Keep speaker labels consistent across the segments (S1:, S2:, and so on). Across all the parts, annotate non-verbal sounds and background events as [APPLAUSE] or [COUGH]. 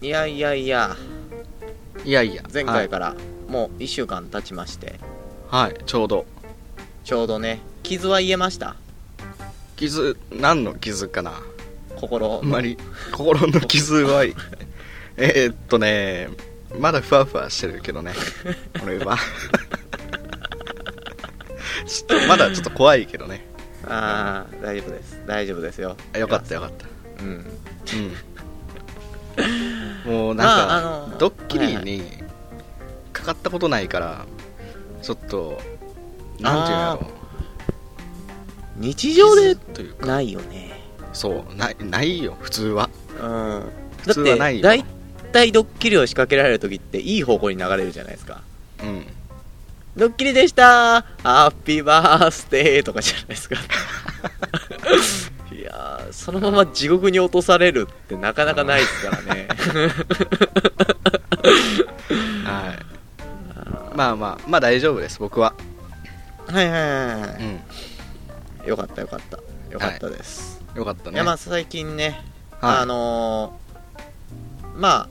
S1: いやいやいや
S2: いやいや
S1: 前回からもう1週間経ちまして
S2: はい、はいちょうど
S1: ちょうどね傷は癒えました
S2: 傷何の傷かな
S1: 心
S2: [LAUGHS] あんまり心の傷は
S1: [LAUGHS]
S2: えーっとねまだふわふわしてるけどね俺
S1: [LAUGHS]
S2: はちょっとまだちょっと怖いけどね
S1: ああ大丈夫です大丈夫ですよ
S2: よかったよかった
S1: うん
S2: うんもうなんか、
S1: まああの
S2: ドッキリ
S1: はい
S2: にかかったことないからちょっとなんていう
S1: 日
S2: の
S1: 常
S2: やろ
S1: で
S2: 傷というか
S1: ないよね
S2: そうないないよ普通は
S1: うんだ
S2: 普通
S1: っ
S2: は
S1: て
S2: ないよ
S1: 大体ドッキリを仕掛けられる時っていい方向に流れるじゃないですか
S2: うん
S1: ドッキリでしたーハッピーバースデーとかじゃないですかいやーそのまま地獄に落とされるってなかなかないですから
S2: [LAUGHS]
S1: ね
S2: はいまあまあまあ大丈夫です僕は
S1: はいはいは
S2: うん
S1: いよかったよかったよかったです、
S2: よかった
S1: い
S2: ね
S1: やまあ最近ね、
S2: はい
S1: あのーまあ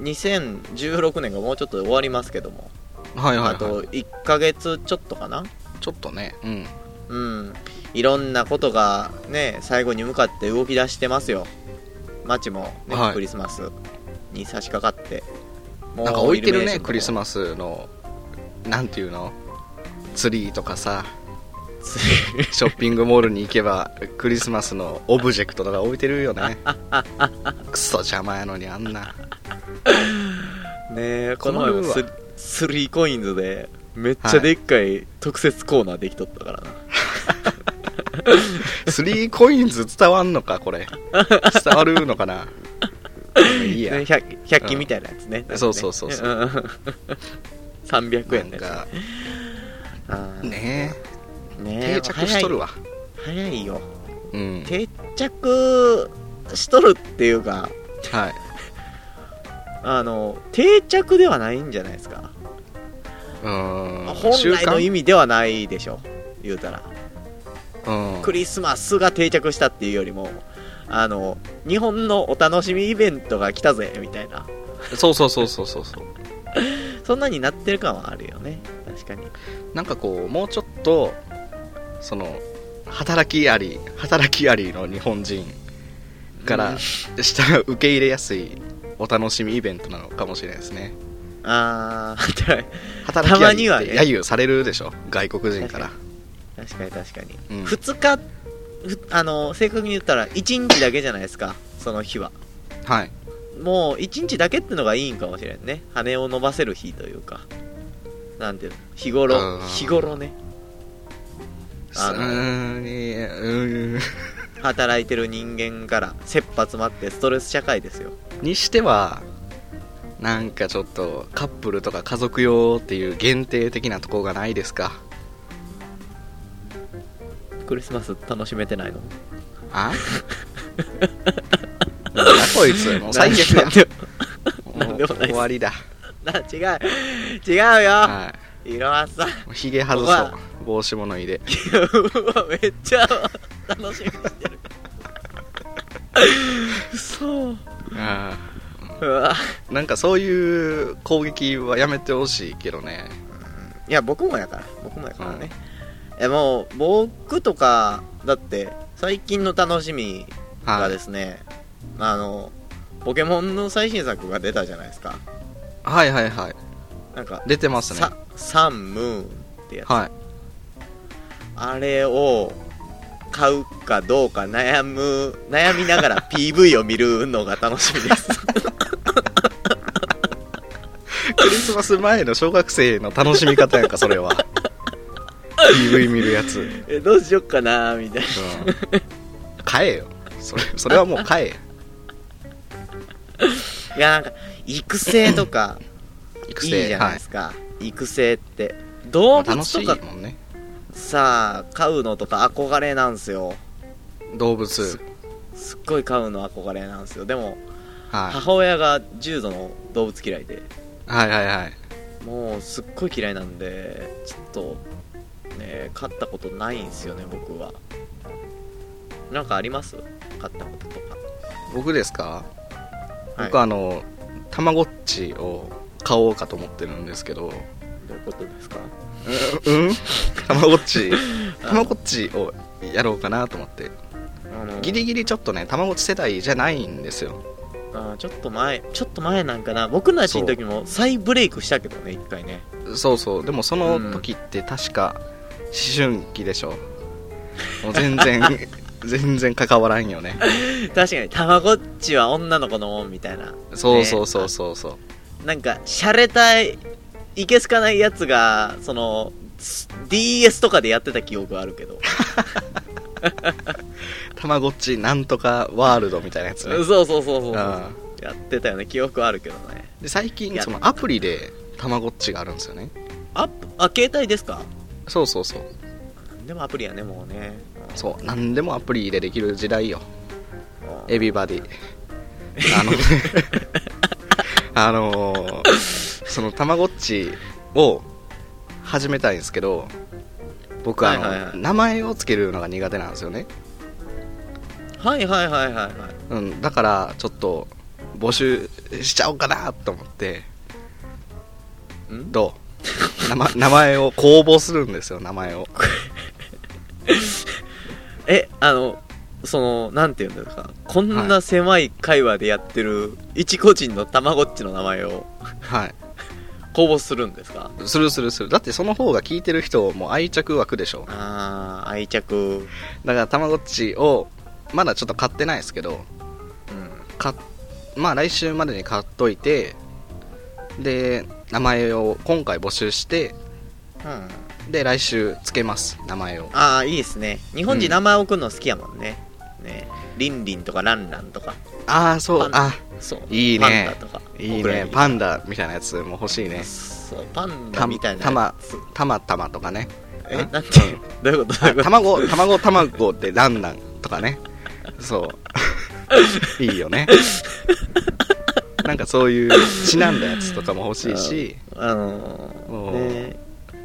S1: 2016年がもうちょっとで終わりますけども、
S2: はいはいはい、
S1: あと1ヶ月ちょっとかな
S2: ちょっとねうん
S1: うんいろんなことがね最後に向かって動き出してますよ街もね、
S2: はい
S1: クリスマスに差し掛かっても
S2: なんか置いてるねクリス
S1: マ
S2: マスのなんていうのツリーとかさ
S1: ス
S2: ショッピングモールに行けばクリスマスのオブジェクトとか置いてる
S1: [LAUGHS]
S2: よねクソ邪魔やのにあんな
S1: [LAUGHS] ねえこ
S2: 困
S1: の前
S2: るわ
S1: もススリーコインズでめっちゃでっかい特設コーナーできとったからな、
S2: スリーコインズ伝わんのかこれ伝わるの
S1: [LAUGHS]
S2: かないいや、
S1: ね、100, 100均みたいなやつね,なんかね、
S2: そうそうそうそ
S1: ん300
S2: な
S1: 円
S2: ん
S1: のや
S2: か
S1: つあー
S2: ね
S1: ねえ
S2: 定着しとるわ、
S1: 早い早いよ
S2: うん
S1: 定着しとるっていうか
S2: はい
S1: あの定着ではないんじゃないですか、
S2: うーん
S1: 本
S2: 習
S1: 来の
S2: 慣
S1: 意味ではないでしょ言うたら、
S2: うん
S1: クリスマスが定着したっていうよりもあの日本のお楽しみイベントが来たぜみたいな
S2: そうそうそうそうそうそう
S1: そんなになってる感はあるよね確かに
S2: なんかこうもうちょっとその働きあり働きありの日本人から
S1: うん
S2: したら受け入れやすいお楽しみイベントなのかもしれないですね
S1: あー [LAUGHS]
S2: 働きあり
S1: たま
S2: っ
S1: に
S2: て
S1: は
S2: 揶揄されるでしょ外国人から
S1: 確かに確かに、
S2: うん
S1: 2日ふあの正確に言ったら1日だけじゃないですかその日は
S2: はい
S1: もう1日だけってのがいいんかもしれんね羽を伸ばせる日というかなんていうの日頃
S2: うん
S1: 日頃ねあの
S2: うーんいやうーん
S1: 働いてる人間から切羽詰まってストレス社会ですよ
S2: にしてはなんかちょっとカップルとか家族用っていう限定的なとこがないですか
S1: クリスマス楽しめてないの
S2: あなんだこいつもう最悪だ
S1: なんでなん
S2: も
S1: で
S2: う
S1: もないです
S2: 終わりだ。
S1: な [LAUGHS] 違う違うよ
S2: は
S1: 色はさん
S2: い。もうひげ外
S1: ここ
S2: そ
S1: は
S2: う。帽子も脱いで。
S1: うわめっちゃ楽しみにしてる嘘うわ
S2: なんかそういう攻撃はやめてほしいけどね。
S1: いや僕もやから僕もやからね、えもう僕とかだって最近の楽しみが
S2: はい
S1: ですね、あのポケモンの最新作が出たじゃないですか
S2: はいはいはい。
S1: なんか
S2: 出てますね。
S1: ササンムーンってやつ、
S2: はい。
S1: あれを買うかどうか悩む悩みながら
S2: [LAUGHS]
S1: PV を見るのが楽しみです
S2: クリスマス前の小学生の楽しみ方やんか、それは。PV 見るやつ。うん。
S1: えどうしよっかなみたい
S2: 買えよ。それそれはもう買え。
S1: ないやなんか育成とか
S2: [LAUGHS] 育
S1: いい
S2: 成
S1: じゃない
S2: は
S1: で
S2: い
S1: すか、育成って
S2: ま
S1: 動
S2: あ楽
S1: 物
S2: し
S1: と
S2: い
S1: か
S2: もんね。
S1: さあ買うのとか憧れなんですよ
S2: 動物。
S1: すっごい買うの憧れなんですよでも
S2: は
S1: 母親が重度の動物嫌いで
S2: い。はいはいはい。
S1: もうすっごい嫌いなんでちょっとね買ったことないんですよね僕はなんかあります買ったこととか
S2: 僕ですか
S1: はい
S2: 僕あのたまごっちを買おうかと思ってるんですけど
S1: どういうことです
S2: [LAUGHS]
S1: か
S2: うんたまごっ
S1: [LAUGHS]
S2: ち
S1: あ
S2: たまごっちをやろうかなと思って
S1: あの
S2: ギリギリちょっとねたまごっち世代じゃないんですよ
S1: あーちょっと前ちょっと前なんかな僕たちの時も再ブレイクしたけどね一回ね
S2: そうそうでもその時って確か思春期でしょもう
S1: [LAUGHS]
S2: 全然全然関わらんよね
S1: 確かにたまごっちは女の子のもんみたいな
S2: そうそうそうそうそう、
S1: なんか洒落たいけすかないやつがその DS とかでやってた記憶はあるけど、
S2: たまごっちなんとかワールドみたいなやつね
S1: そうそうそうそうそう
S2: あ
S1: やってたよね記憶はあるけどね
S2: で最近
S1: や
S2: そのアプリでたまごっちがあるんですよね
S1: アップあ携帯ですか
S2: そうそうそう
S1: でもアプリやねもうね
S2: そう何でもアプリでできる時代よ
S1: うん
S2: エビ
S1: [LAUGHS]
S2: バディあのあの [LAUGHS] ーそのたまごっちを始めたいんですけど僕あの、
S1: はいはいはい
S2: 名前をつけるのが苦手なんですよね、
S1: はいはいはいはいはい
S2: うん、だからちょっと募集しちゃおうかなと思って
S1: うん
S2: どう名前名前を公募するんですよ名前を
S1: えあのそのなんていうんですかこんな狭い界隈でやってる一個人のたまごっちの名前を
S2: はい
S1: 公募するんですか
S2: するするするだってその方が聞いてる人も愛着湧くでしょ
S1: あー愛着
S2: だからたまごっちをまだちょっと買ってないですけど
S1: う
S2: 買っまあ来週までに買っといてで名前を今回募集して
S1: ん、うん、
S2: で来週つけます名前を
S1: ああいいですね日本
S2: う
S1: 人
S2: ん
S1: 名前送るの好きやもんね、ねリンリンとかランランとか
S2: ああそう
S1: パン
S2: あ
S1: そう
S2: いいね
S1: パンダとか
S2: いい
S1: 送られ
S2: ね
S1: る
S2: パンダみたいなやつも欲しいね
S1: そうパンダみたいな
S2: たま
S1: やつ
S2: たまたまとかね
S1: え
S2: う
S1: なんんてどういうことどういうこと
S2: 卵卵卵ってランランとかねそ
S1: [LAUGHS]
S2: ういいよねなんかそういうちなんだやつとかも欲しいし
S1: あのー
S2: もう
S1: ね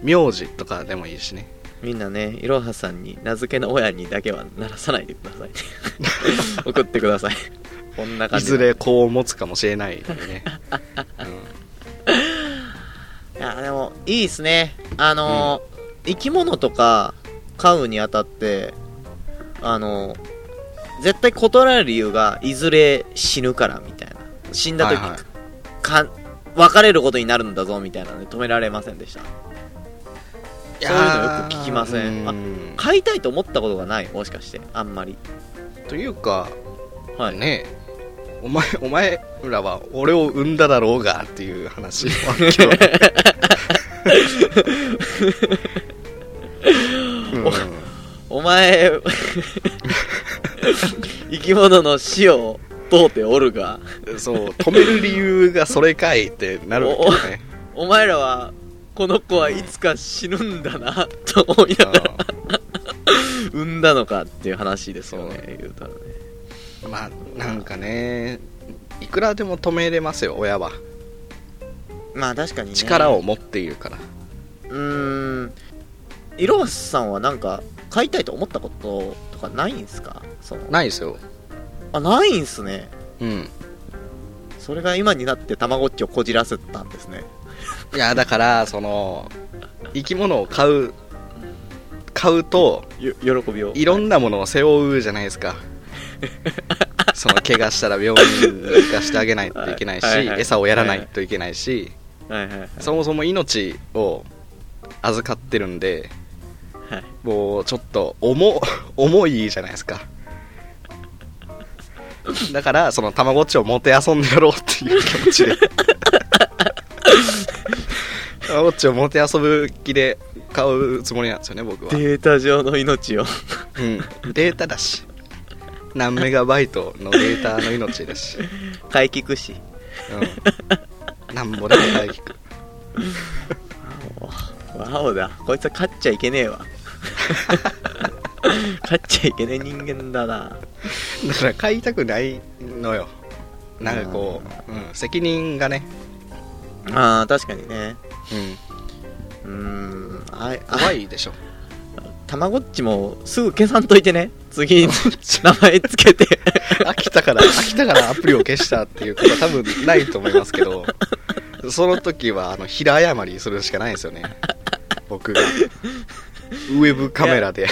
S2: 名字とかでもいいしね
S1: みんなねいろはさんに名付けの親にだけはならさないでくだ
S2: [LAUGHS]
S1: さいね送ってくださいこんな感
S2: い
S1: じ
S2: ずれ子を持つかもしれないのでね、 [LAUGHS] うん
S1: いやでもいいですねあのー、生き物とか飼うにあたってあのー絶対断られる理由がいずれ死ぬからみたいな死んだ時、
S2: はいはい
S1: か別れることになるんだぞみたいなので止められませんでした
S2: いや
S1: そういうの
S2: ー
S1: よく聞きません
S2: う
S1: 飼いたいと思ったことがないもしかしてあんまり
S2: というか、
S1: はい、
S2: ねえお前お前らは俺を産んだだろうがってい
S1: [LAUGHS]
S2: う話は今日うん
S1: お前
S2: [LAUGHS]
S1: 生き物の死を問うておるが
S2: そう止める理由がそれかいってなるわけよね
S1: お前らはこの子はいつか死ぬんだなと思いながら産んだのかっていう話ですよね言うたらね
S2: うんまあなんかねいくらでも止めれますよ親は
S1: まあ確かにね
S2: 力を持っているから、
S1: うーんいろはさんはなんか飼いたいと思ったこととかないんすかその
S2: ないですよ
S1: あないんすね
S2: うん
S1: それが今になってたまごっちをこじらせたんですね
S2: いやだからその生き物を飼う飼うと
S1: よ喜びを
S2: いろんなものを背負うじゃないで
S1: [LAUGHS]
S2: すかその怪我したら病院に行かしてあげないといけないし、
S1: はいはいはい
S2: 餌をやらないといけないし、
S1: はいはいはい
S2: そもそも命を預かってるんで
S1: はい
S2: もうちょっと重 [LAUGHS] 重いじゃないですかだからそのたまごっちをもて遊んでやろうっていう気持ちでたまごっちをもて遊ぶ気で買うつもりなんですよね僕は
S1: データ上の命を
S2: うん、データだし何メガバイトのデータの命だし、
S1: [LAUGHS] 買い聞くし
S2: うん、なんぼでも大聞く
S1: わおだこいつは勝っちゃいけね [LAUGHS] えわ勝っちゃいけねえ人間だな
S2: だから買いたくないのよなんかこう、うん、責任がね、
S1: あー確かにねう
S2: うん、
S1: ーんあいあ
S2: 怖いでしょ
S1: たまごっちもすぐ消さんといてね次に名前つけ
S2: [LAUGHS]
S1: て、
S2: 飽きたから飽きたからアプリを消したっていうことは多分ないと思いますけどその時はあの平謝りするしかないんですよね僕がウェブカメラで、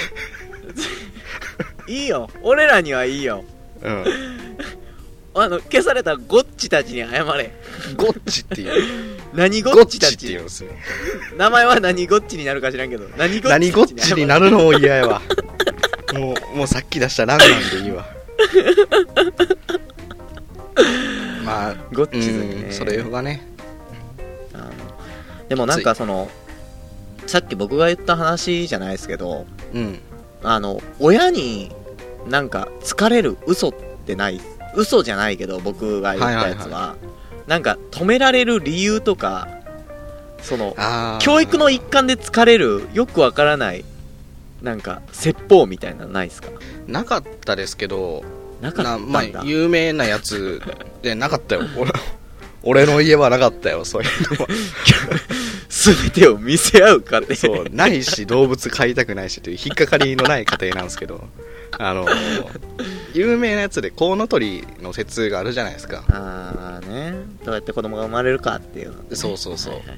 S1: いいよ。俺らにはいいよ。
S2: うん、
S1: あの、消されたゴッチたちに謝れ。
S2: ゴッチっていう
S1: 何ゴッ
S2: ゴッ
S1: チた
S2: チってい
S1: ち
S2: うんですね
S1: 名前は何ゴッチになるか知らんけど。何ゴッチ
S2: 何ゴッチにな
S1: る
S2: るのも嫌やわもうもうさっき出したランランで
S1: [LAUGHS]
S2: いいわまあ
S1: ゴッチ
S2: う
S1: ズにね
S2: んそれがね
S1: あのでもなんかその、さっき僕が言った話じゃないですけど、
S2: うん
S1: あの、親になんか疲れる嘘ってない、嘘じゃないけど僕が言ったやつは、
S2: はいはい
S1: なんか止められる理由とか、その、
S2: あー
S1: 教育の一環で疲れる、よくわからない、なんか説法みたいなのないですか
S2: なかったですけど
S1: なかった
S2: なんま
S1: だ。
S2: あ有名なやつでなかったよ [LAUGHS] 俺俺の家はなかったよそういうのは
S1: すべてを見せ合うかって。
S2: [LAUGHS] そうないし動物飼いたくないしという引っかかりのない家庭なんですけ [LAUGHS] どあの有名なやつでコウノトリの説があるじゃないですか
S1: [LAUGHS] あーね、どうやって子供が生まれるかっていうのね
S2: そうそうそう
S1: はいはい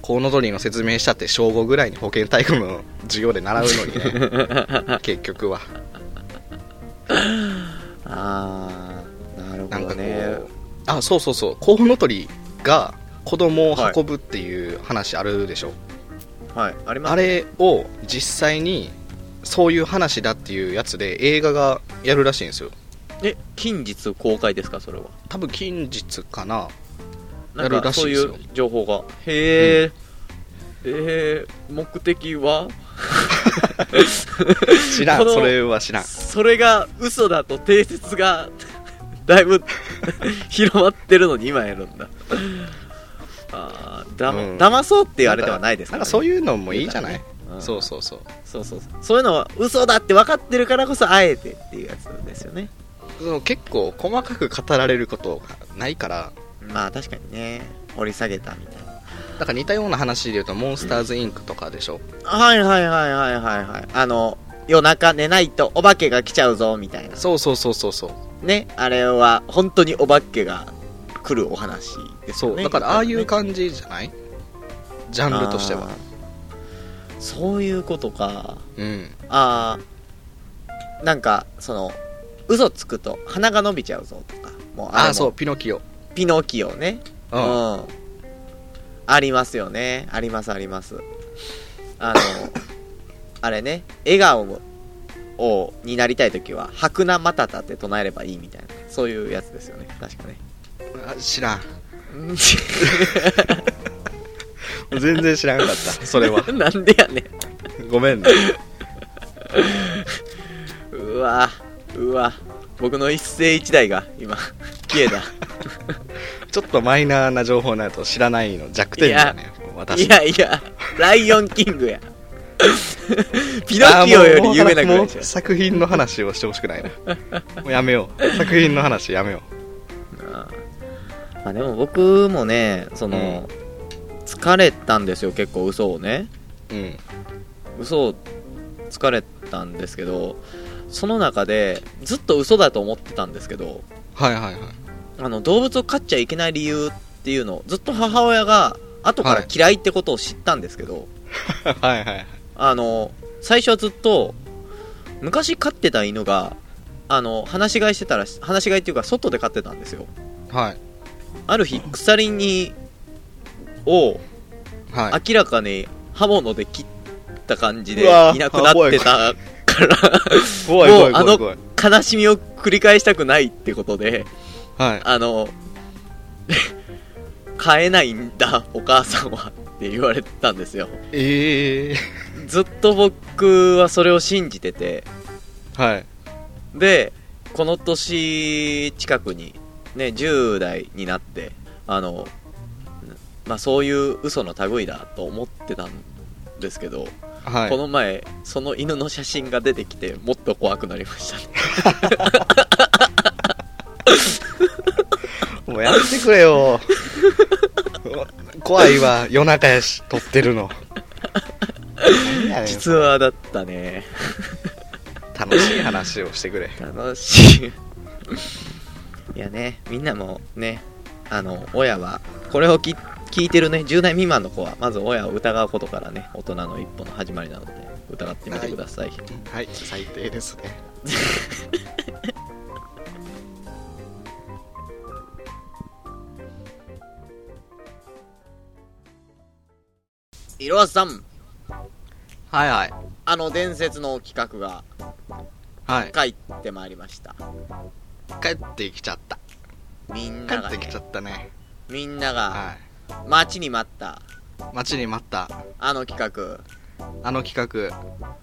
S2: コウノトリの説明したって小5ぐらいに保健体育の授業で習うのに [LAUGHS] ね結局は
S1: あー、なるほ
S2: なん
S1: ど
S2: かこう、
S1: ね。
S2: あそうそうそうコウノトリが子供を運ぶっていう話あるでしょ、
S1: はい、あります
S2: あれを実際にそういう話だっていうやつで映画がやるらしいんですよ
S1: え、近日公開ですか、それは。
S2: 多分近日か
S1: [LAUGHS]
S2: な
S1: なん
S2: やる
S1: から
S2: し
S1: そ
S2: いうで
S1: い
S2: すよ
S1: う情報がへえ、えー目的は
S2: 知ら
S1: こ
S2: ん
S1: の
S2: それは知らん
S1: それが嘘だと定説が [LAUGHS] だいぶ [LAUGHS] 広まってるのに今やるんだあーだま、
S2: うん
S1: 騙そうって言われてはないです
S2: な
S1: か
S2: ん
S1: ら
S2: か
S1: ね、
S2: そういうのもいいじゃない、
S1: うん
S2: そうそうそう
S1: そうそうそうそういうのは嘘だって分かってるからこそあえてっていうやつですよね
S2: その結構細かく語られることがないから
S1: まあ確かにね掘り下げたみたいな
S2: だから似たような話で言うとモンスターズインクとかでしょ、
S1: はいはいはいはいはいはいあの夜中寝ないとお化けが来ちゃうぞみたいな
S2: そうそうそうそうそう
S1: ね、あれは本当にお化けが来るお話です
S2: そ
S1: よ
S2: う
S1: ね。
S2: だからああいう
S1: 感
S2: 感じじゃないジャンルとしては。
S1: そういうことか。
S2: うん
S1: ああ、なんか、その、嘘つくと鼻が伸びちゃうぞとか、もうあれ
S2: あ
S1: も
S2: あそうピノキオ
S1: ピノキオね。
S2: うん、
S1: うん。ありますよね。ありますあります。あの、 [COUGHS] あれね、笑顔を、になりたいときは、白なまたたって唱えればいいみたいな、そういうやつですよね。確かね。
S2: あ知らん
S1: うん
S2: 全然知らんかったそれは
S1: なんでやね
S2: ごめんね
S1: んうわうわ僕の一世一代が今消えた
S2: ちょっとマイナーな情報になると知らないの弱点だね私
S1: いやいやライオンキングやピノキオより有名なぐら
S2: も
S1: いうじゃん
S2: 作品の話をしてほしくな
S1: [LAUGHS]
S2: いなもうやめよう作品の話やめよ
S1: まあでも僕もねその、疲れたんですよ結構嘘をね
S2: ううん
S1: 嘘を疲れたんですけどその中でずっと嘘だと思ってたんですけど
S2: はいはいはい
S1: あの動物を飼っちゃいけない理由っていうのをずっと母親が後から嫌いってことを知ったんですけど、
S2: はいはい
S1: あの最初はずっと昔飼ってた犬があの放し飼いしてたら放し飼いっていうか外で飼ってたんですよ
S2: はい
S1: ある日鎖にを
S2: はい
S1: 明らかに刃物で切った感じで
S2: うわー
S1: いなくなってたから
S2: 怖い怖い怖い怖い
S1: 悲しみを繰り返したくないってことで
S2: はい
S1: あの、 [LAUGHS] 買えないんだ、お母さんはって言われたんですよ。
S2: ええ
S1: ずっと僕はそれを信じてて、
S2: はい
S1: で、この年近くに、ね、10代になって、あの、まあそういう嘘の類だと思ってたんですけど、
S2: はい
S1: この前、その犬の写真が出てきて、もっと怖くなりましたね。
S2: もうやってくれ
S1: [LAUGHS]
S2: よ怖いわ夜中やし
S1: [LAUGHS]
S2: 撮ってるの何やねん
S1: 実話だったね。
S2: 楽しい話をしてくれ
S1: 楽しいいやねみんなもねあの親はこれをき聞いてるね10代未満の子はまず親を疑うことからね大人の一歩の始まりなので疑ってみてください、
S2: はい最低ですね
S1: いろはさん
S2: はいはい
S1: あの伝説の企画が
S2: はい
S1: 帰ってまいりました
S2: 帰ってきちゃった
S1: みんな
S2: 帰
S1: が、
S2: って
S1: ね
S2: きちゃったね
S1: みんなが
S2: はい
S1: 待ちに待った
S2: 待ちに待った
S1: あの企
S2: あの企画
S1: 画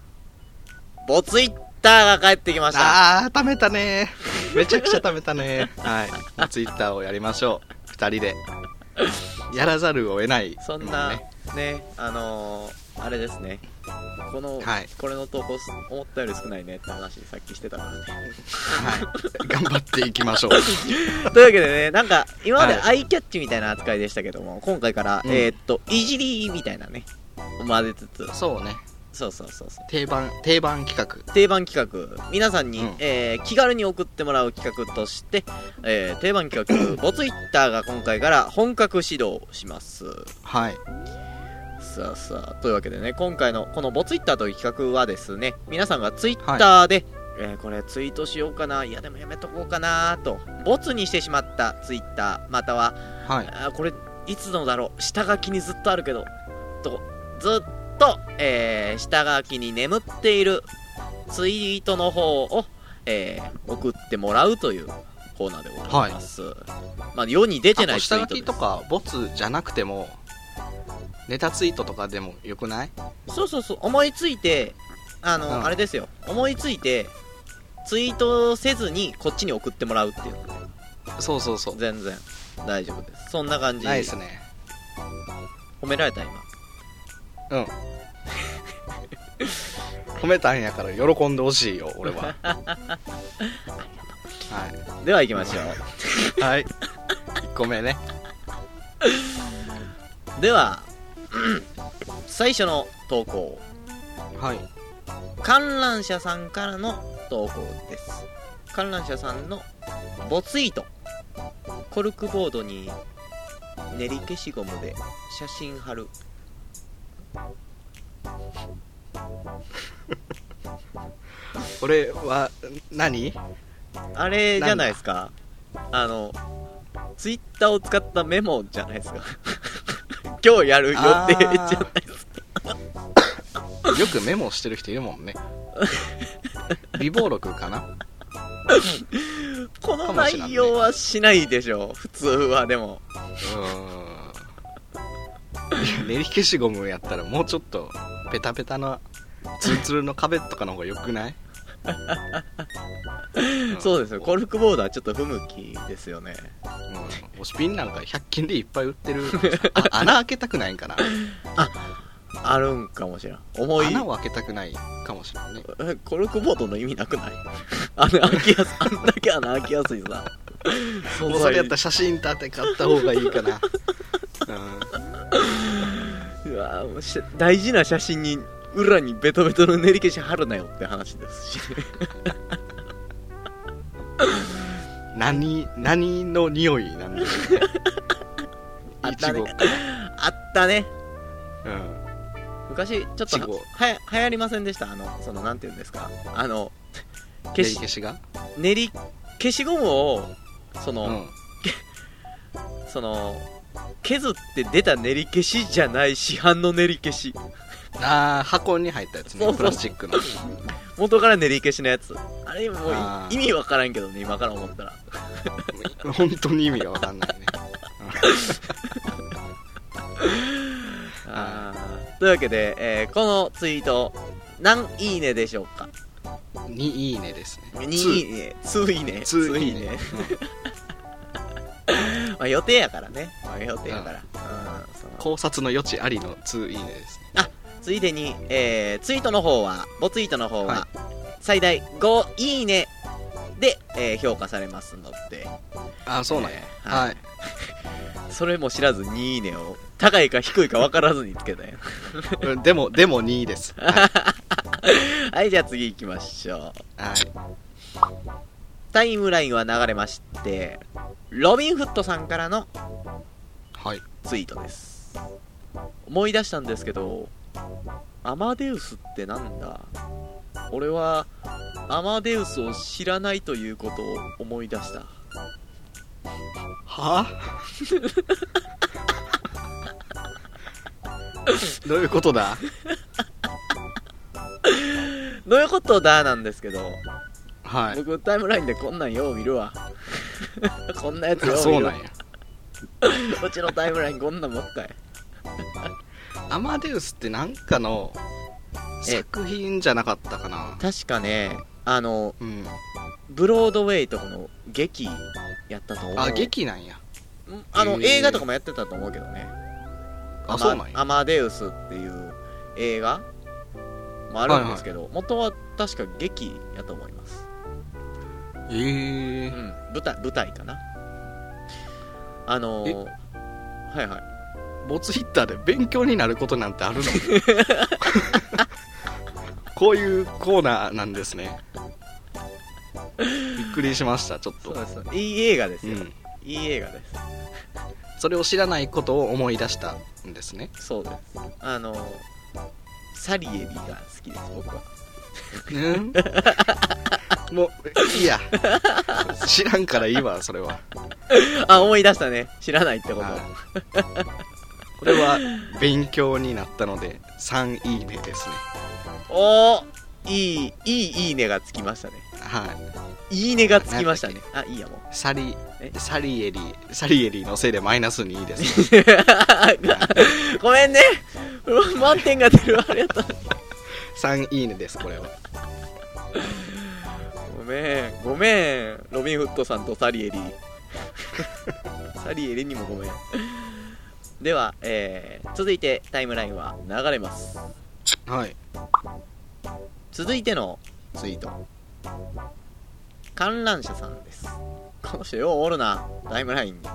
S1: ボツイッターが帰ってきました
S2: ああー貯めたねめちゃくちゃ貯めたねはいツイッターをやりましょう2人でやらざるを得ない
S1: そん
S2: も
S1: な
S2: ね
S1: ねあのー、あれですねこの、
S2: はい
S1: これの投稿す思ったより少ないねって話さっきしてたからね [LAUGHS]
S2: はい、頑張っていきましょう
S1: というわけでねなんか今まで
S2: はい
S1: アイキャッチみたいな扱いでしたけども今回から、
S2: うん
S1: えーっといじりみたいなね混ぜつつ
S2: そうね
S1: そうそうそうそう
S2: 定番定番企
S1: 定番企画皆さんに、
S2: うん
S1: えー気軽に送ってもらう企画として、えー定番企画ボツイッターが今回から本格始動します
S2: 画はい
S1: さあさあというわけでね今回のこのボツイッターという企画はですね皆さんがツイッターで、えーこれツイートしようかないやでもやめとこうかなとボツにしてしまったツイッターまたは
S2: はい
S1: あーこれいつのだろう下書きにずっとあるけどとずっと、えー下書きに眠っているツイートの方を、えー送ってもらうというコーナーでございます、まあ世に出て
S2: あ
S1: な
S2: と
S1: いツイ
S2: 下書
S1: ートです
S2: きとかボツじゃなくてもネタツイートとかでもよくない
S1: そうそうそう思いついてあの、
S2: うん
S1: あれですよ思いついてツイートせずにこっちに送ってもらうっていうので
S2: そうそうそう
S1: 全然大丈夫ですそんな感じ
S2: ないです
S1: 褒
S2: ね
S1: められた今
S2: うん褒めたんやから喜んでほしいよ俺
S1: [LAUGHS]
S2: ははい
S1: では行きましょう
S2: はい。1個目ね。
S1: では、うん最初の投稿
S2: はい。
S1: 観覧車さんからの投稿です観覧車さんのボツイートコルクボードに練り消しゴムで写真貼る
S2: これは、何
S1: あれじゃないですかあのツイッターを使ったメモじゃないですか [LAUGHS] 今日やる予定じゃない
S2: あ [LAUGHS] よくメモしてる人いるもんね。微暴録かな
S1: この
S2: かもしらん
S1: 内
S2: ね
S1: 容はしないでしょ普通はでも
S2: うーん。練り消しゴムやったらもうちょっとペタペタのツルツルの壁とかの方がよ
S1: [LAUGHS]
S2: くない、ん
S1: そうですよコルクボードはちょっと不向きですよね
S2: うん、押しピンなんか100均でいっぱい売ってるあ穴開けたくないんかな
S1: あるんかもしれん思い
S2: 穴を開けたくないかもしれないね
S1: えコルクボードの意味なくない [LAUGHS] あの開きやすあんだけ穴開きやすいさ
S2: [LAUGHS]
S1: 素
S2: もうそれやったら写真立て買った方がいいかな、うん
S1: うわもうし大事な写真に裏にベトベトの練り消し貼るなよって話ですし [LAUGHS]
S2: 何何の匂いなんでしょうね
S1: あ
S2: い
S1: っ
S2: ち
S1: た
S2: ご
S1: ね
S2: か、
S1: あったね
S2: うん、
S1: 昔ちょっと
S2: いちご
S1: はや流行りませんでしたあのそのなんていうんですかあの消
S2: 練り
S1: し
S2: 消しが、
S1: 練り消しゴムをそうの、
S2: ん、
S1: その削って出た練り消しじゃない市販の練り消し
S2: ああ箱に入ったやつね
S1: そうそう
S2: プラスチックの
S1: 元から練り消しのやつあれもう
S2: あー
S1: 意味わからんけどね今から思ったら
S2: 本当に意味が分かんないね
S1: あーというわけで、えーこのツイート何いいねでしょうか
S2: 2いいねですね
S1: 2いいね2いいね
S2: 2
S1: 2
S2: い
S1: い
S2: い
S1: い
S2: ね
S1: ねまあ予定やからね、まあ、予定やから、うんその
S2: 考察の余地ありの2いいねですね
S1: ついでに、えーツイートの方はボツイートの方
S2: は
S1: は最大5いいねで、えー評価されますので
S2: ああそうなんや、
S1: えー
S2: はい、
S1: それも知らず2いいねを高いか低いか分からずにつけたよ
S2: うんでもでも2です、はい
S1: [LAUGHS] はい、じゃあ次行きましょう。
S2: はい
S1: タイムラインは流れまして、ロビン・フットさんからの
S2: はい
S1: ツイートです。思い出したんですけど、アマデウスってなんだ俺は、アマデウスを知らないということを思い出した。
S2: は [LAUGHS] どういうことだ
S1: どういうことだなんですけど、 [LAUGHS]
S2: はい
S1: 僕タイムラインでこんなんよう見るわ。 [LAUGHS] こんなやつよ
S2: あ
S1: う
S2: そ
S1: 見
S2: う
S1: る
S2: な
S1: わ
S2: ん。や
S1: うちのタイムラインこんなんもっかい。
S2: アマデウスってなんかの作品じゃなかったかな
S1: 確かね、あの、
S2: うん
S1: ブロードウェイとかの劇やったと思う。
S2: あ劇なんや
S1: うんあの、
S2: へー
S1: 映画とかもやってたと思うけどね。ア
S2: あ
S1: マ
S2: そうなんや
S1: アマデウスっていう映画もあるんですけど、元は確か劇やと思います。
S2: え
S1: うん
S2: え、
S1: 舞台、舞台かな。あのー、はいはい。
S2: ボツヒッターで勉強になることなんてあ
S1: [LAUGHS]
S2: るのこういうコーナーなんですねびっくりしましたちょっ
S1: そ
S2: と
S1: うです。いい映画です
S2: う
S1: よ。
S2: ん
S1: いい映画です。
S2: それを知らないことを思い出したんですね
S1: そうです。あのー、サリエリが好きです、僕は。
S2: うん [LAUGHS] もういいや知らんからいいわそれは
S1: あ、思い出したね。知らないってこと。
S2: はいこれは勉強になったので3いいねですね
S1: おーいい、いい、いいねがつきましたね。
S2: はい
S1: いいねがつきましたね。あ、いいやもう。 [LAUGHS]
S2: サリ
S1: え
S2: サリエリサリエリのせいでマイナス2です
S1: [LAUGHS] ごめんね。満点が出るわ。ありがとう。
S2: 3いいねですこれは
S1: ごめん、ごめん。ロビン・フットさんとサリエ [LAUGHS] リ。サリエリにもごめん。では、えー、続いてタイムラインは流れます。
S2: はい
S1: 続いてのツイート。観覧車さんです。この人ようおるな。タイムライン [LAUGHS] に。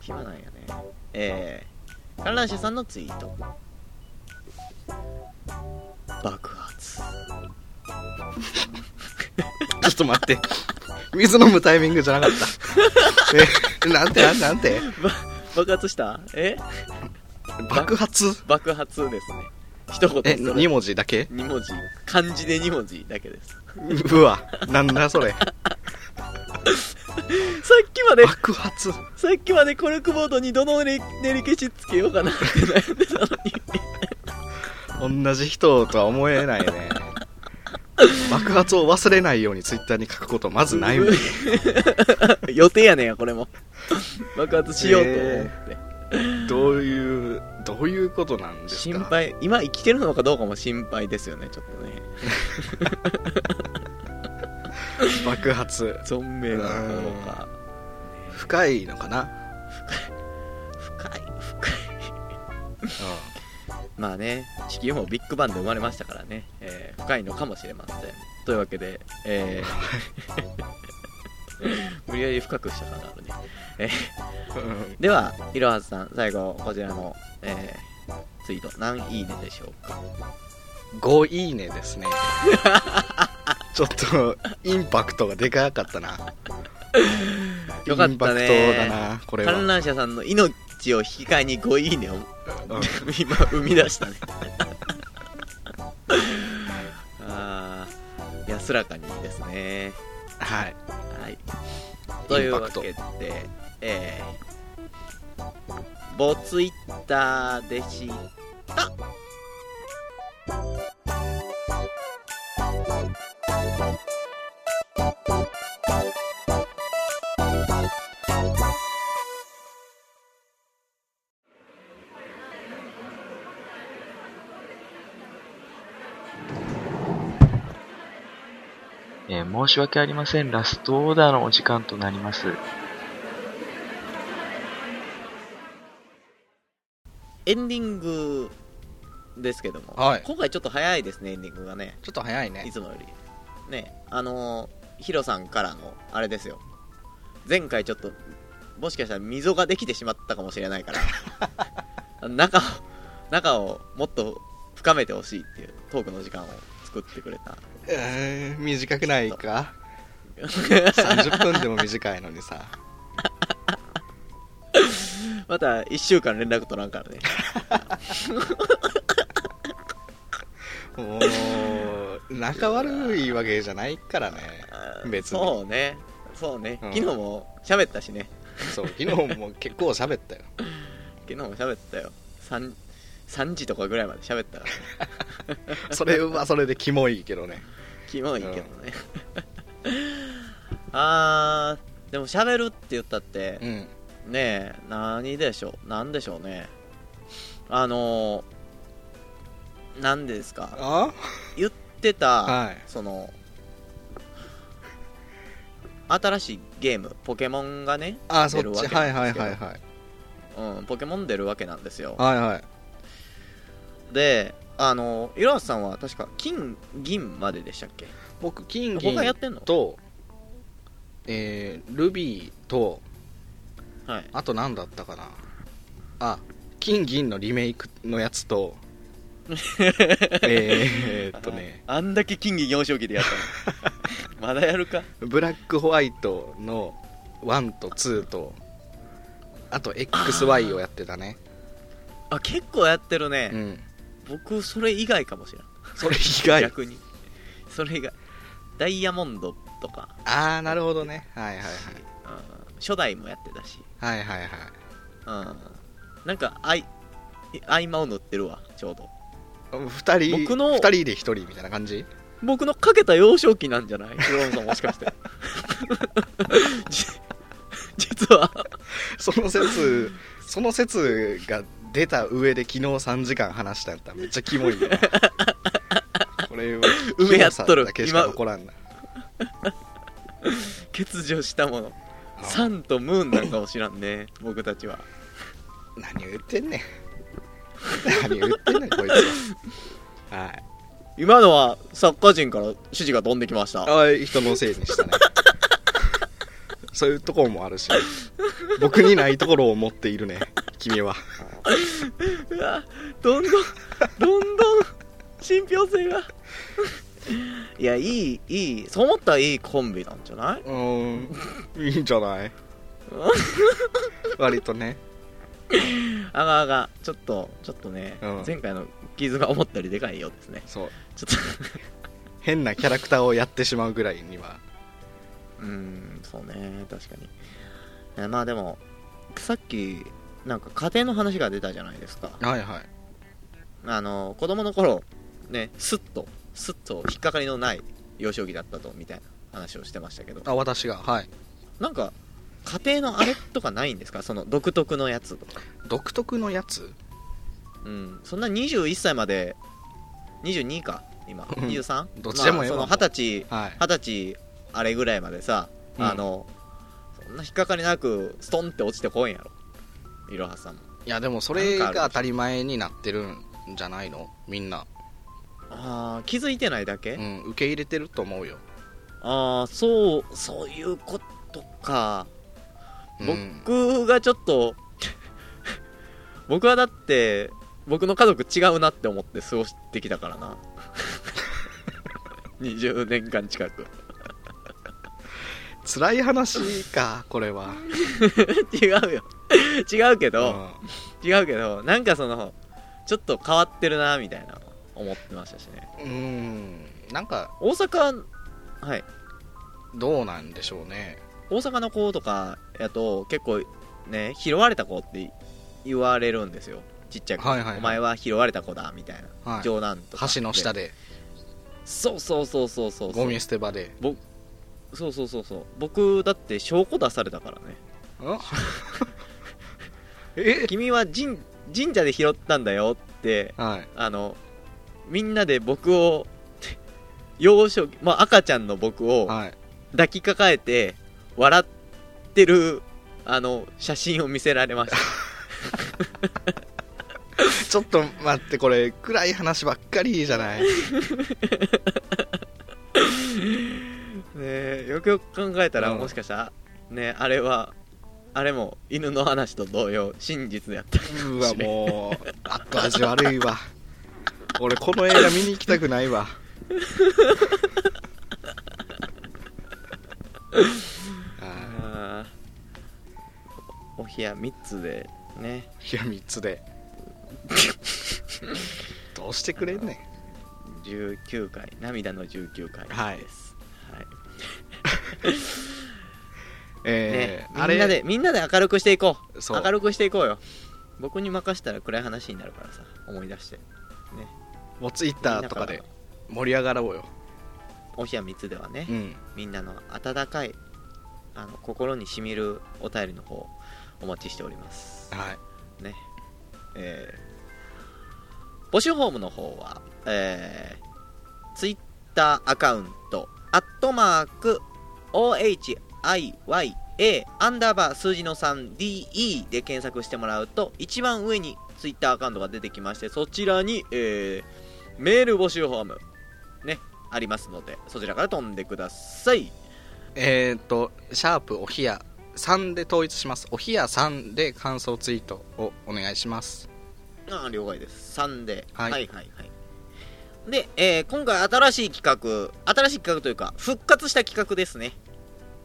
S1: 暇なんやね。えー、観覧車さんのツイート。爆発。
S2: ちょっと待って水飲むタイミングじゃなかったえなんてなんてなんて
S1: 爆発したえ [LAUGHS]
S2: 爆発
S1: 爆発ですね一言
S2: え
S1: それ
S2: 2文字だけ
S1: 二文字漢字で2文字だけです
S2: うわなんだそれ
S1: さっきまで
S2: 爆発
S1: さっきまでコルクボードにどの練り練り消しつけようかなって悩んでたのに
S2: 同じ人とは思えないね爆発を忘れないようにツイッターに書くことまずないもん
S1: [LAUGHS] 予定やねんやこ
S2: [LAUGHS]
S1: れも爆発しようと思って、
S2: どういうどういうことなんですか
S1: 心配今生きてるのかどうかも心配ですよねちょっとね
S2: 爆発
S1: 存命なのかどうか
S2: 深いのかな、
S1: 深い深いまあね、地球もビッグバンで生まれましたからね、えー深いのかもしれません。というわけで、え
S2: [LAUGHS]
S1: ー無理やり深くした感があるね。
S2: うん
S1: では、いろはずさん、最後、こちらの、えーツイート、何いいねでしょうか。
S2: 5いいねです
S1: [LAUGHS]
S2: ねちょっとインパクトがでかかったな
S1: よか
S2: イ
S1: っ
S2: ンパ
S1: た
S2: クトだ
S1: ね。
S2: なこれは、う
S1: 観覧車さんの命を引き換えに5いいねを
S2: ん
S1: [LAUGHS] 今生み出した
S2: [LAUGHS]
S1: ね。あー安らかにですね。
S2: はい
S1: はい。というわけ
S2: イ
S1: で、えー、ボツイッターでした。
S3: えー申し訳ありません。ラストオーダーのお時間となります。
S1: エンディングですけども、
S2: はい
S1: 今回ちょっと早いですね、エンディングがね。
S2: ちょっと早い
S1: い
S2: ね
S1: つもより。ね、あのー、ヒロさんからの、あれですよ。前回ちょっと、もしかしたら溝
S2: [LAUGHS]
S1: ができてしまったかもしれないから、中を、中をもっと深めてほしいっていうトークの時間を作ってくれた。 [LAUGHS]
S2: えー短くないか30分でも短いのにさ
S1: また1週間連絡取らんからね。
S2: もう仲悪いわけじゃないからね [LAUGHS] 別に
S1: そうね。そうね。
S2: うん
S1: 昨日も喋ったしね。
S2: そう昨日も結構喋ったよ
S1: 昨日も喋ったよ。3、3時とかぐらいまで喋ったから、ね。
S2: それはそれでキモいけどね
S1: キモいけどね。 [LAUGHS] あー、でも喋るって言ったって、
S2: うん
S1: ねえ、何でしょう、なんでしょうね。あのー、なんでですか、
S2: あ
S1: 言ってた、
S2: はい
S1: その、新しいゲーム、ポケモンがね、
S2: あそ
S1: 出
S2: っ
S1: る
S2: ち
S1: わけ
S2: はいは
S1: なん
S2: い
S1: ですけど
S2: はいはい
S1: うん、ポケモン出るわけなんですよ。
S2: はいはい
S1: で、あの、いろはさんは確か金、銀まででしたっけ
S2: 僕金銀
S1: 他やってんの
S2: とえー、ルビーと
S1: はい。
S2: あと何だったかなあ金銀のリメイクのやつ
S1: [LAUGHS]
S2: とえーっとね
S1: ああんだけ金銀幼少期でやった [LAUGHS] の。まだやるか
S2: ブラックホワイトの1と2とあと XY をやってたね
S1: あ、結構やってる
S2: う
S1: ね。
S2: ん
S1: 僕、それ以外かもしれない。
S2: それ以外
S1: 逆にそれがダイヤモンドとか、
S2: ああなるほどねはいはいはい
S1: うん、初代もやってたし、
S2: はいはいはい
S1: うん、なんかあい合間を塗ってるわちょうど
S2: 2人
S1: 僕の
S2: 二人で1人みたいな感じ
S1: 僕のかけた幼少期なんじゃないクローンさんもしかして [LAUGHS] じ実は
S2: そ
S1: [LAUGHS]
S2: の説その説が出た上で昨日3時間話したんやったらめっちゃキモいよなこれは
S1: 上やっとる
S2: キモさだけしか残らんな
S1: 欠如したもの
S2: あ
S1: サンとムーンなんかも知らんね僕たちは
S2: 何言ってんねん何言ってんねんこいつははい
S1: 今のはサッカー陣から指示が飛んできました
S2: あ人のせいにした [LAUGHS] ねそういうところもあるし僕にないところを持っているね君は
S1: うわどんどんどんどん信憑性がいやいいいいそう思ったらいいコンビなんじゃないう
S2: ーんいいんじゃない割とね
S1: あがあがちょっとちょっとね、
S2: うん
S1: 前回の傷が思ったよりでかいようですね
S2: そう
S1: ちょっ
S2: 変なキャラクターをやってしまうぐらいには
S1: と [LAUGHS] うーんそうね確かにえまあでもさっきなんか家庭の話が出たじゃないですか
S2: はいはい
S1: あの子供の頃ねスッとスッと引っかかりのない幼少期だったとみたいな話をしてましたけど
S2: あ私がはい
S1: なんか家庭のあれとかないんですかその独特のやつとか、
S2: 独特のやつ
S1: うん、そんな21歳まで22か今
S2: うん
S1: 23?
S2: どっちでもええわ
S1: まあその20歳
S2: はい
S1: 二十歳あれぐらいまでさ、
S2: うん
S1: あのそんな引っかかりなくストンって落ちてこいんやろいろはさんも
S2: いやでもそれが当たり前になってるんじゃないのみんな、
S1: ああ気づいてないだけ、
S2: うん、受け入れてると思うよ、
S1: ああそうそういうことか
S2: うん、
S1: 僕がちょっと僕はだって僕の家族違うなって思って過ごしてきたからな [LAUGHS] 20年間近く
S2: 辛い話かこれは、
S1: 違うよ違うけ
S2: う
S1: ど、
S2: ん
S1: 違うけどなんかそのちょっと変わってるなみたいな思ってましたしね
S2: うーんなんか
S1: 大阪はい
S2: どうなんでしょうね
S1: 大阪の子とかやと結構ね拾われた子って言われるんですよちっちゃい子、
S2: はいはいはい
S1: お前は拾われた子だみたいな、
S2: はい
S1: 冗談とか
S2: 橋の下
S1: で
S2: で
S1: そうそうそうそうそうそう
S2: ゴミ捨て場で
S1: そうそうそうそう僕だって証拠出されたからね
S2: ん [LAUGHS] え
S1: 君は神神社で拾ったんだよって
S2: はい
S1: あのみんなで僕を幼少期、まあ、赤ちゃんの僕を
S2: はい
S1: 抱きかかえて笑ってるあの写真を見せられま
S2: [LAUGHS]
S1: した
S2: ちょっと待ってこれ暗い話ばっかりじゃない
S1: ねえよくよく考えたら、
S2: うん
S1: もしかしたらねあれはあれも犬の [LAUGHS] 話と同様真実やった
S2: うわもう後味悪いわ俺この映画見に行きたくないわあ
S1: あーお部屋3つでね
S2: ーいや3つ
S1: [LAUGHS]
S2: でどうしてくれんね
S1: 19回涙の19回
S2: はい
S1: です、はい
S2: んえ
S1: ね
S2: ー、あ
S1: みんな
S2: れ
S1: でみんなで明るくしていこう
S2: そう
S1: 明るくしていこうよ僕に任せたら暗い話になるからさ思い出して
S2: もうツイッターとか
S1: みん
S2: で
S1: なら
S2: 盛り上がろうよ
S1: お部屋3つではね、
S2: うん
S1: みんなの温かいあの心にしみるお便りの方お待ちしております
S2: はい
S1: ねえー募集フォームの方は、えー、ツイッターアカウント、アットマーク、OHIYA、アンダーバー数字の 3DE で検索してもらうと、一番上にツイッターアカウントが出てきまして、そちらに、えーメール募集フォーム、ね、ありますので、そちらから飛んでください。
S2: えー、っと、シャープおひや3で統一します。おひや3で感想ツイートをお願いします。
S1: ああ了解です3で、は、
S2: はいい
S1: はいはいで、えー今回新しい企画新しい企画というか復活した企画ですね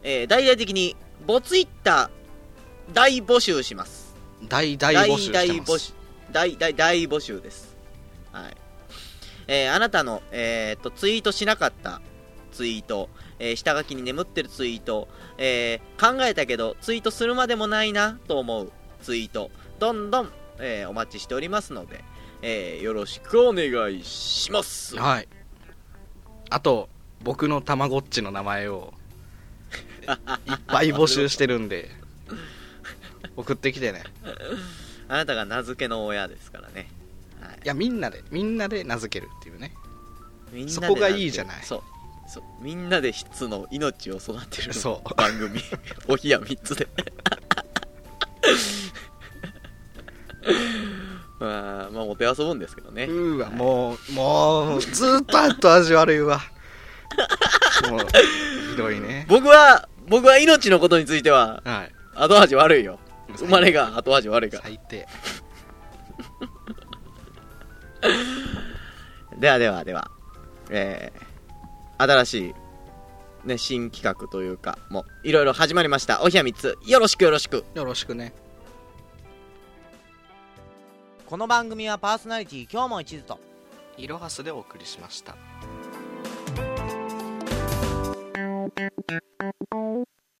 S1: えー大々的にボツイッター大募集します
S2: 大大募集して
S1: 大
S2: ま
S1: 募
S2: す
S1: 集。大大大募集ですはいえーあなたの、えーっとツイートしなかったツイート、えー下書きに眠ってるツイート、えー考えたけどツイートするまでもないなと思うツイートどんどん、えーお待ちしておりますので、えーよろしくお願いしますあ
S2: はい。あと、僕のたまごっちの名前をいっぱい募集してるんで、送ってきてね。
S1: なたが名付けの親ですからね、はい
S2: いや、みんなで、みんなで名付けるっていうね。
S1: みんなで
S2: そこがいいじゃない
S1: そうそうみんなで質の命を育てる
S2: そ
S1: 番組 [LAUGHS] お冷や3つで [LAUGHS] まあまあもて遊ぶんですけどね
S2: う。うーわ、もう、もう、ずーっと後味悪いわ。もう、ひどいね。
S1: 僕は僕は命のことについては
S2: はい。
S1: 後味悪いよ生まれが後味悪いから
S2: 最低。
S1: ではではではえー、新しいね新企画というかもういろいろ始まりましたお冷や3つよろしくよろしく
S2: よろしくね。
S1: この番組はパーソナリティ今日も一途と
S2: いろはすでお送りしました。